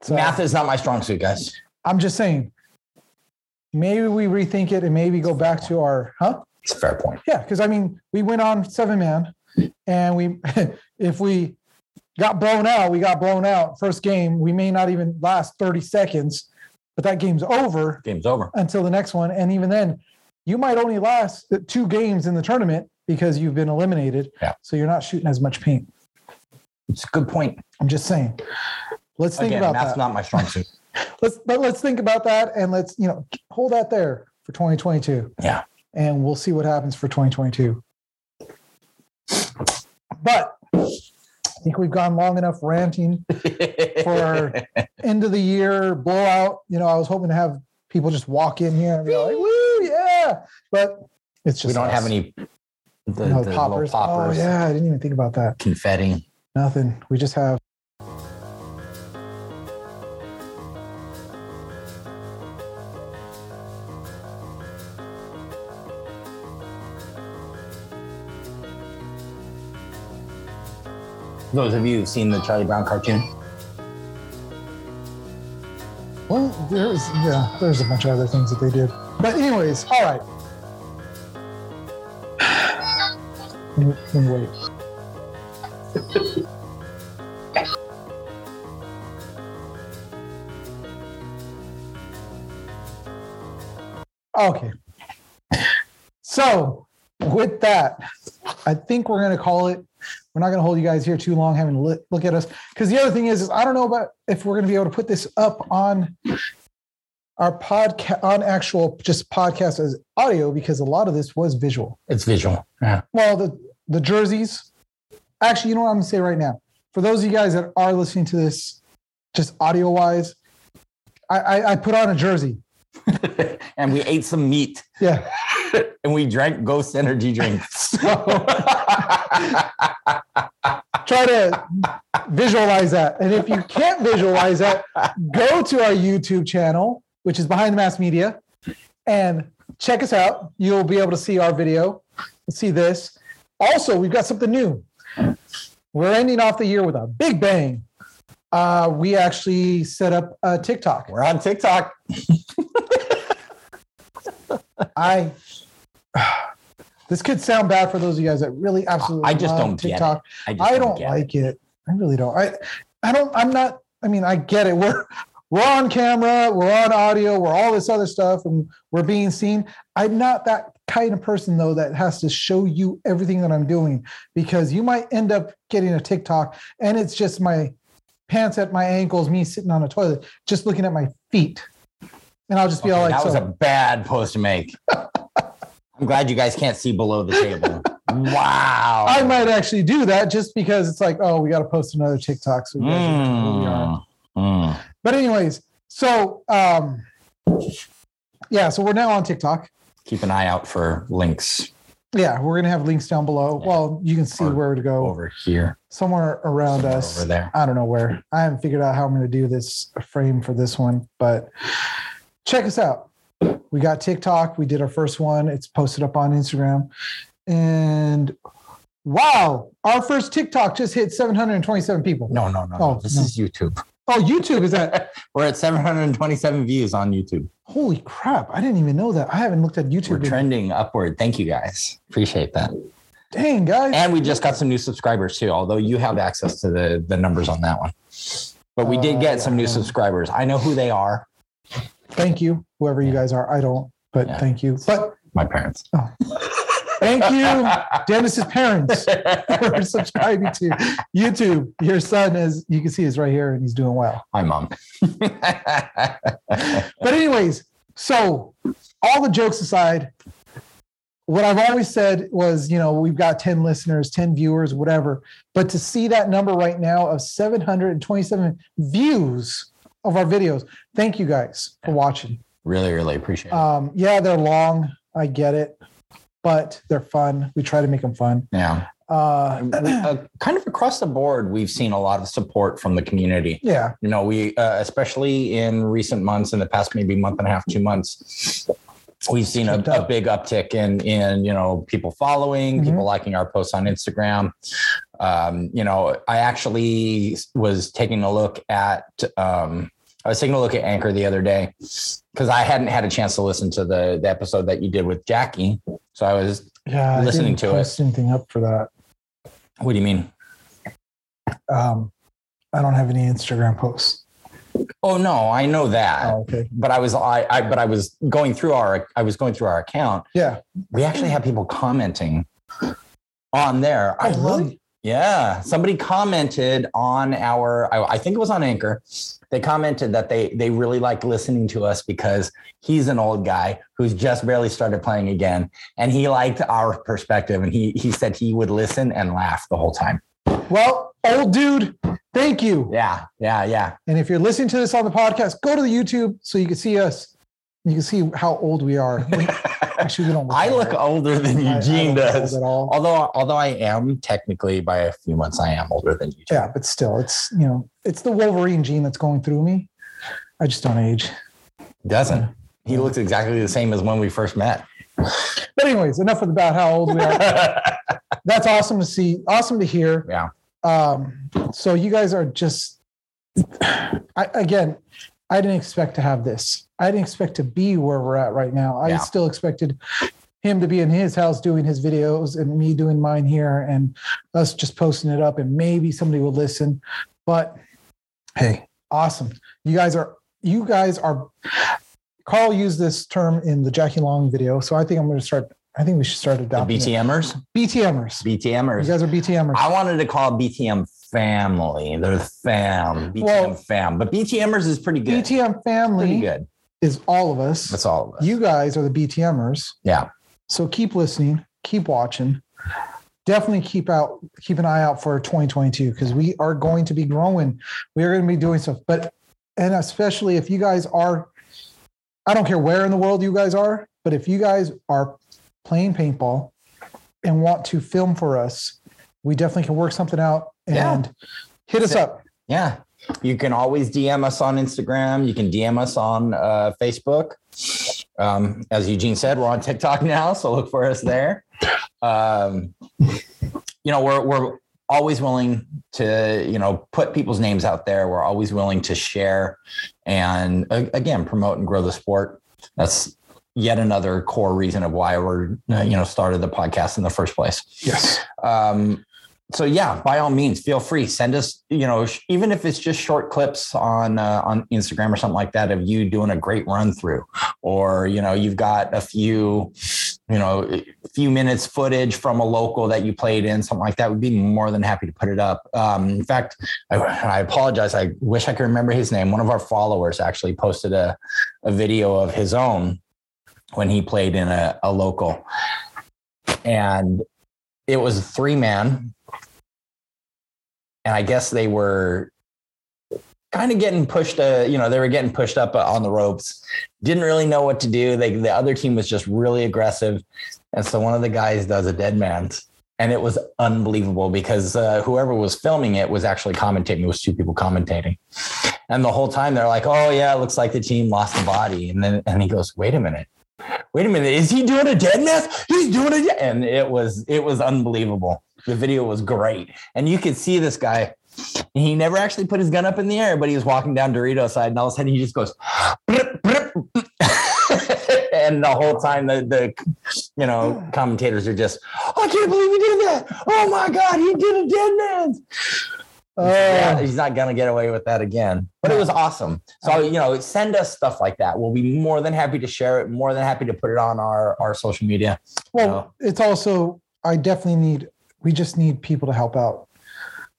A: So
B: Math is not my strong suit, guys.
A: I'm just saying, maybe we rethink it and maybe go back to our huh?
B: It's a fair point.
A: Yeah, because I mean, we went on seven man, and we if we got blown out, we got blown out first game. We may not even last 30 seconds, but that game's over.
B: Game's over.
A: until the next one. And even then, you might only last two games in the tournament because you've been eliminated.
B: Yeah.
A: So you're not shooting as much paint.
B: It's a good point.
A: I'm just saying. Let's think
B: Again,
A: about
B: math's
A: that.
B: not my strong suit.
A: let's but let's think about that and let's you know hold that there for 2022.
B: Yeah.
A: And we'll see what happens for 2022. But I think we've gone long enough ranting for end of the year blowout. You know, I was hoping to have people just walk in here and be like, "Woo, yeah!" But it's just
B: we don't
A: us.
B: have any the,
A: No
B: the
A: poppers.
B: little poppers,
A: Oh yeah, I didn't even think about that.
B: confetti.
A: Nothing. We just have.
B: Those of you who've seen the Charlie Brown cartoon,
A: Well, there's yeah, there's a bunch of other things that they did. But anyways, all right. and, and wait. Okay. So with that, I think we're going to call it. We're not going to hold you guys here too long having to li- look at us. Because the other thing is, is I don't know about if we're going to be able to put this up on our podcast, on actual just podcast as audio, because a lot of this was visual.
B: It's visual. Yeah.
A: Well, the the jerseys. Actually, you know what I'm going to say right now. For those of you guys that are listening to this, just audio wise, I, I, I put on a jersey.
B: and we ate some meat
A: Yeah.
B: and we drank Ghost Energy drinks.
A: Try to visualize that. And if you can't visualize that, go to our YouTube channel, which is Behind the Mass Media, and check us out. You'll be able to see our video, see this. Also, we've got something new. We're ending off the year with a big bang. Uh, we actually set up a TikTok.
B: We're on TikTok.
A: I this could sound bad for those of you guys that really absolutely
B: I just
A: love
B: don't get it.
A: TikTok.
B: just
A: I don't
B: get it.
A: like it. I really don't. I I don't I'm not I mean I get it. We're we're on camera, we're on audio, we're all this other stuff and we're being seen. I'm not that kind of person though that has to show you everything that I'm doing because you might end up getting a TikTok and it's just my pants at my ankles, me sitting on a toilet, just looking at my feet. And I'll just be
B: Okay,
A: all like
B: that was
A: so.
B: a bad post to make. I'm glad you guys can't see below the table. wow.
A: I might actually do that just because it's like, oh, we got to post another TikTok. So you guys know who we are.
B: Mm, mm.
A: But anyways, so um, yeah, so we're now on TikTok.
B: Keep an eye out for links
A: Yeah, we're gonna have links down below.
B: Yeah.
A: Well, you can see
B: Or
A: where to go
B: over here,
A: somewhere around
B: somewhere
A: us.
B: over there.
A: I don't know where. I haven't figured out how I'm gonna do this frame for this one, but check us out. We got TikTok. We did our first one. It's posted up on Instagram, and wow, our first TikTok just hit 727 people.
B: No, no, no. no.
A: Oh,
B: this
A: no.
B: is YouTube.
A: Oh, YouTube is that?
B: We're at 727 views on YouTube.
A: Holy crap! I didn't even know that. I haven't looked at
B: We're
A: YouTube. in-
B: trending upward. Thank you guys. Appreciate that.
A: Dang guys!
B: And we just got some new subscribers too, although you have access to the, the numbers on that one. But we did
A: Uh,
B: get some new
A: yeah.
B: subscribers. I know who they are.
A: thank you, whoever you guys are. I don't, but
B: Yeah.
A: thank you. But
B: My parents.
A: thank you, Dennis's parents, for subscribing to YouTube. Your son is, you can see, is right here, and he's doing well.
B: Hi, mom.
A: But anyways, so all the jokes aside, what I've always said was, you know, we've got 10 listeners, 10 viewers, whatever. But to see that number right now of 727 views of our videos, thank you guys for watching.
B: really, really appreciate it.
A: Um, yeah, they're long. I get it, but they're fun. We try to make them fun.
B: Yeah.
A: Uh,
B: Uh, kind of across the board, we've seen a lot of support from the community.
A: yeah,
B: You know, we, uh, especially in recent months, in the past maybe month and a half, two months, we've seen a,
A: Kept
B: a
A: up. Mm-hmm.
B: big uptick in, in, you know, people following, people liking our posts on Instagram. Um, you know, I actually was taking a look at, um, I was taking a look at Anchor the other day because I hadn't had a chance to listen to the, the episode that you did with Jackie. So I was,
A: yeah. I
B: Listening
A: didn't
B: to it.
A: post anything up for that.
B: what do you mean?
A: Um, I don't have any Instagram posts.
B: Oh no, I know that.
A: Oh, okay.
B: But I was I, I but I was going through our I was going through our account.
A: Yeah.
B: We actually have people commenting on there. I
A: Oh,
B: love
A: really?
B: yeah. Somebody commented on our I, I think it was on Anchor. They commented that they they really like listening to us because he's an old guy who's just barely started playing again. And he liked our perspective and he he said he would listen and laugh the whole time.
A: Well, old dude, thank you.
B: Yeah, yeah, yeah.
A: And if you're listening to this on the podcast, go to the YouTube so you can see us. You can see how old we are. We- Actually, we don't.
B: I
A: that
B: look
A: old.
B: older than
A: I- I
B: Eugene
A: don't look old
B: does.
A: at all.
B: although although I am technically by a few months I am older than you. two.
A: Yeah, but still, it's you know, it's the Wolverine gene that's going through me. I just don't age.
B: doesn't he looks exactly the same as when we first met?
A: But anyways, enough about how old we are.
B: yeah,
A: That's awesome to see. Awesome to hear. um so you guys are just i again i didn't expect to have this i didn't expect to be where we're at right now i
B: Yeah.
A: still expected him to be in his house doing his videos and me doing mine here and us just posting it up and maybe somebody will listen. But hey, awesome. You guys are you guys are Carl used this term in the Jackie Long video. So I think I'm gonna start I think we should start
B: The
A: adopting it.
B: BTMers,
A: BTMers. You
B: BTMers.
A: guys are BTMers.
B: I wanted to call BTM family. They're fam, BTM
A: Well-
B: fam, but BTMers is pretty good.
A: BTM
B: pretty
A: family
B: good.
A: is all of us.
B: That's all of us.
A: you guys are the BTMers.
B: Yeah.
A: So keep listening, keep watching. Definitely keep out keep an eye out for 2022 because we are going to be growing. We are going to be doing stuff. But and especially if you guys are, I don't care where in the world you guys are, but if you guys are playing paintball and want to film for us, we definitely can work something out
B: Yeah.
A: and hit us
B: Yeah.
A: up.
B: Yeah. You can always DM us on Instagram. You can DM us on uh, Facebook. Um, as Eugene said, we're on TikTok now, so look for us there. Um, you know, we're we're always willing to you know put people's names out there. We're always willing to share and a- again promote and grow the sport. That's yet another core reason of why we're uh, you know started the podcast in the first place
A: Yes.
B: um, so yeah, by all means, feel free. Send us, you know, sh- even if it's just short clips on uh, on Instagram or something like that of you doing a great run through, or you know, you've got a few, you know, a few minutes footage from a local that you played in, something like that. We'd be more than happy to put it up. Um, in fact, I, I apologize. I wish I could remember his name. One of our followers actually posted a a video of his own when he played in a, a local. And it was a three man. And I guess they were kind of getting pushed, uh, you know, they were getting pushed up uh, on the ropes. Didn't really know what to do. They, the other team was just really aggressive. And so one of the guys does a dead man's. And it was unbelievable because uh, whoever was filming it was actually commentating. It was two people commentating. And the whole time they're like, oh, yeah, it looks like the team lost the body. And then and he goes, wait a minute wait a minute, is he doing a dead mess? He's doing a dead. And it was it was unbelievable. The video was great, and you could see this guy. He never actually put his gun up in the air, but he was walking down Dorito side, and all of a sudden he just goes, "Brip, brip, brip." and the whole time the the you know commentators are just, I can't believe he did that! Oh my god, he did a dead man's.
A: Oh,
B: Yeah, he's not gonna get away with that again. But it was awesome.
A: Uh-huh.
B: So you know, send us stuff like that. We'll be more than happy to share it. More than happy to put it on our our social media.
A: Well, it's also I definitely need we just need people to help out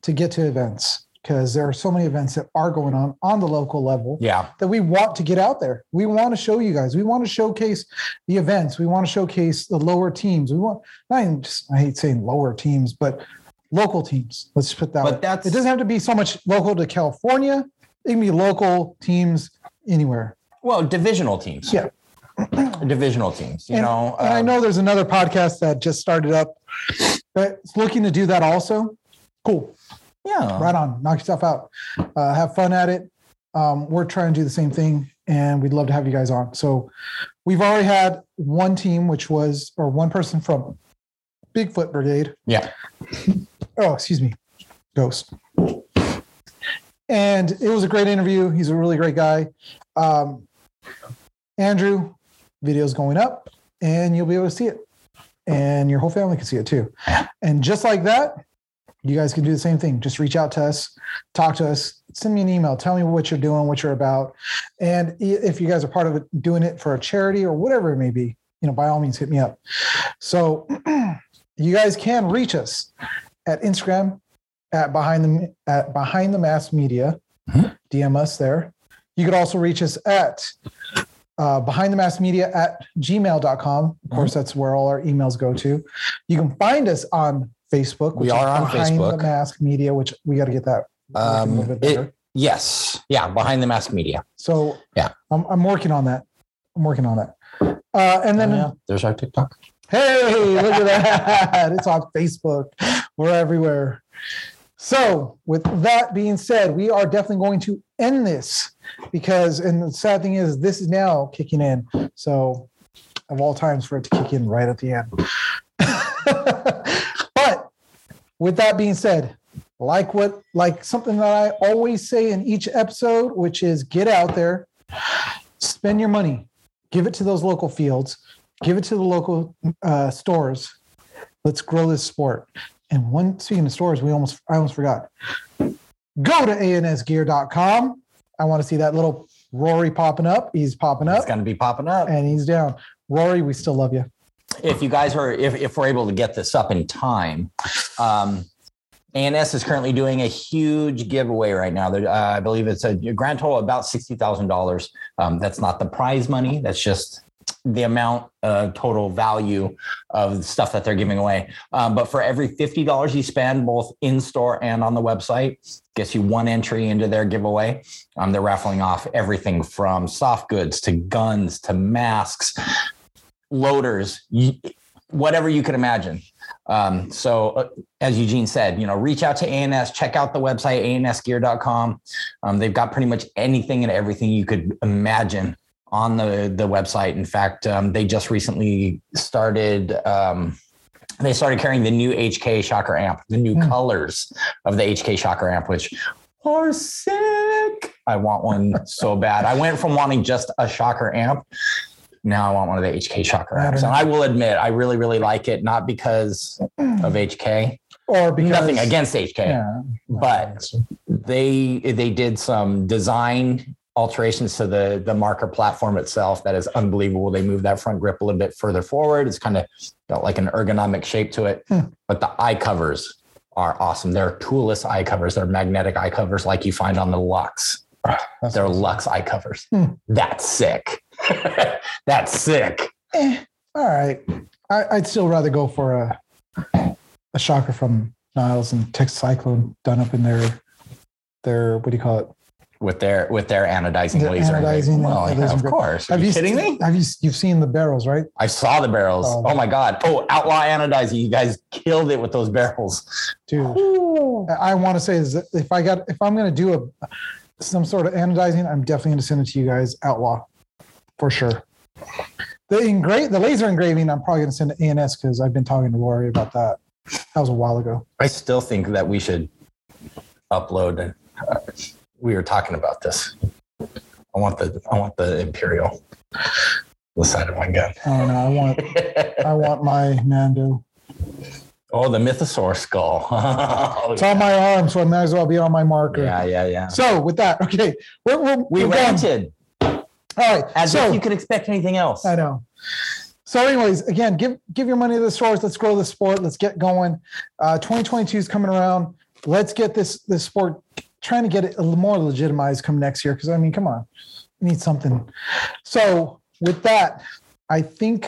A: to get to events because there are so many events that are going on on the local level
B: Yeah,
A: that we want to get out there. We want to show you guys. We want to showcase the events. We want to showcase the lower teams. We want not even just I hate saying lower teams, but local teams. Let's put that. way.
B: but that's
A: Um, it doesn't have to be so much local to California. It can be local teams anywhere.
B: well divisional teams.
A: Yeah.
B: divisional teams. You
A: And-
B: know,
A: And I
B: um,
A: know there's another podcast that just started up that's looking to do that also. Cool.
B: Yeah,
A: Right on. Knock yourself out. Uh, have fun at it. Um, we're trying to do the same thing and we'd love to have you guys on. So we've already had one team, which was, or one person from Bigfoot Brigade.
B: Yeah.
A: Oh, excuse me. Ghost. And it was a great interview. He's a really great guy. Um, Andrew, video's going up and you'll be able to see it. And your whole family can see it too. And just like that, you guys can do the same thing. Just reach out to us, talk to us, send me an email, tell me what you're doing, what you're about. And i- if you guys are part of it, doing it for a charity or whatever it may be, you know, by all means, hit me up. So you guys can reach us at Instagram at behind the at behind the mass media.
B: Mhm.
A: DM us there. You could also reach us at uh, behind the mass media at gmail.com. Of course, that's where all our emails go to. You can find us on Facebook.
B: We are on
A: behind
B: Facebook.
A: the mask media, which we got to get that working a
B: Um,
A: little bit
B: it-
A: better.
B: yes, yeah, behind the mask media.
A: So
B: Yeah.
A: I'm, I'm working on that. I'm working on that. Uh, and then,
B: Oh, yeah, there's our TikTok.
A: hey, look at that. it's on Facebook. We're everywhere. So, with that being said, we are definitely going to end this because, and the sad thing is, this is now kicking in. So, of all times for it to kick in right at the end. but with that being said, like what, like something that I always say in each episode, which is get out there, spend your money, give it to those local fields, give it to the local uh, stores. Let's grow this sport. And one speaking of stores, we almost I almost forgot. Go to ansgear.com. I want to see that little Rory popping up. He's popping
B: It's
A: up
B: going to be popping up.
A: and he's down. Rory, we still love you.
B: if you guys are if, if we're able to get this up in time um ans is currently doing a huge giveaway right now There- uh, i believe it's a grand total of about $60000 um, that's not the prize money that's just the amount uh, total value of stuff that they're giving away um, but for every $50 you spend both in store and on the website gets you one entry into their giveaway um, they're raffling off everything from soft goods to guns to masks loaders, y- whatever you could imagine. Um, so, uh, as Eugene said, you know, reach out to ANS, check out the website, ansgear.com. Um, they've got pretty much anything and everything you could imagine on the, the website. In fact, um, they just recently started. Um, they started carrying the new HK Shocker amp, the new
A: Hmm.
B: colors of the HK Shocker amp, which are sick. I want one so bad. I went from wanting just a Shocker amp now I want one of the HK Shocker
A: I don't
B: apps. And I will admit, I really, really like it, not because of HK,
A: Or because
B: nothing against HK,
A: Yeah.
B: but they they did some design alterations to the the marker platform itself that is unbelievable. They moved that front grip a little bit further forward. It's kind of got like an ergonomic shape to it,
A: Hmm.
B: but the eye covers are awesome. They're toolless eye covers. They're magnetic eye covers like you find on the Lux.
A: That's-
B: They're Lux eye covers.
A: Hmm.
B: That's sick. That's sick.
A: eh, all right. I, I'd still rather go for a a shocker from Niles and Tex Cyclone done up in their their what do you call it?
B: with their with their anodizing
A: Their
B: laser.
A: anodizing
B: well,
A: and
B: yeah,
A: laser
B: of
A: grip.
B: course. Are you, kidding
A: s-
B: me?
A: Have you s- you've seen the barrels, right?
B: I saw the barrels.
A: Oh.
B: Oh. my god. Oh, outlaw anodizing. You guys killed it with those barrels.
A: Dude, I want to say is that if I got if I'm gonna do a some sort of anodizing, I'm definitely gonna send it to you guys, Outlaw, for sure. The engra- the laser engraving, I'm probably gonna send to ANS because I've been talking to Lori about that. That was a while ago.
B: I still think that we should upload. uh, we were talking about this. I want the I want the imperial. The side of my gun.
A: I don't know. I want I want my Mando.
B: oh, the mythosaur skull. Oh,
A: It's on my arm, so it might as well be on my marker.
B: yeah, yeah, yeah.
A: So with that, okay, we're, we're,
B: We
A: we're done.
B: ranted
A: All right,
B: as
A: so
B: if you could expect anything else.
A: I know. So, anyways, again, give give your money to the stores. Let's grow the sport. Let's get going. Uh, 2022 is coming around. Let's get this this sport trying to get it a little more legitimized come next year. Because I mean, come on, we need something. So with that, I think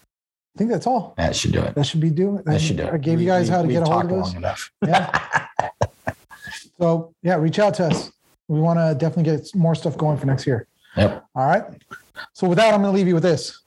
A: I think that's all.
B: That should do it.
A: That should be doing.
B: That should do it.
A: I gave
B: We-
A: you guys
B: we-
A: how to
B: we've
A: get a hold
B: talked
A: of us.
B: long enough.
A: Yeah. so yeah, reach out to us. We want to definitely get more stuff going for next year.
B: Yep.
A: All right. So with that, I'm going to leave you with this.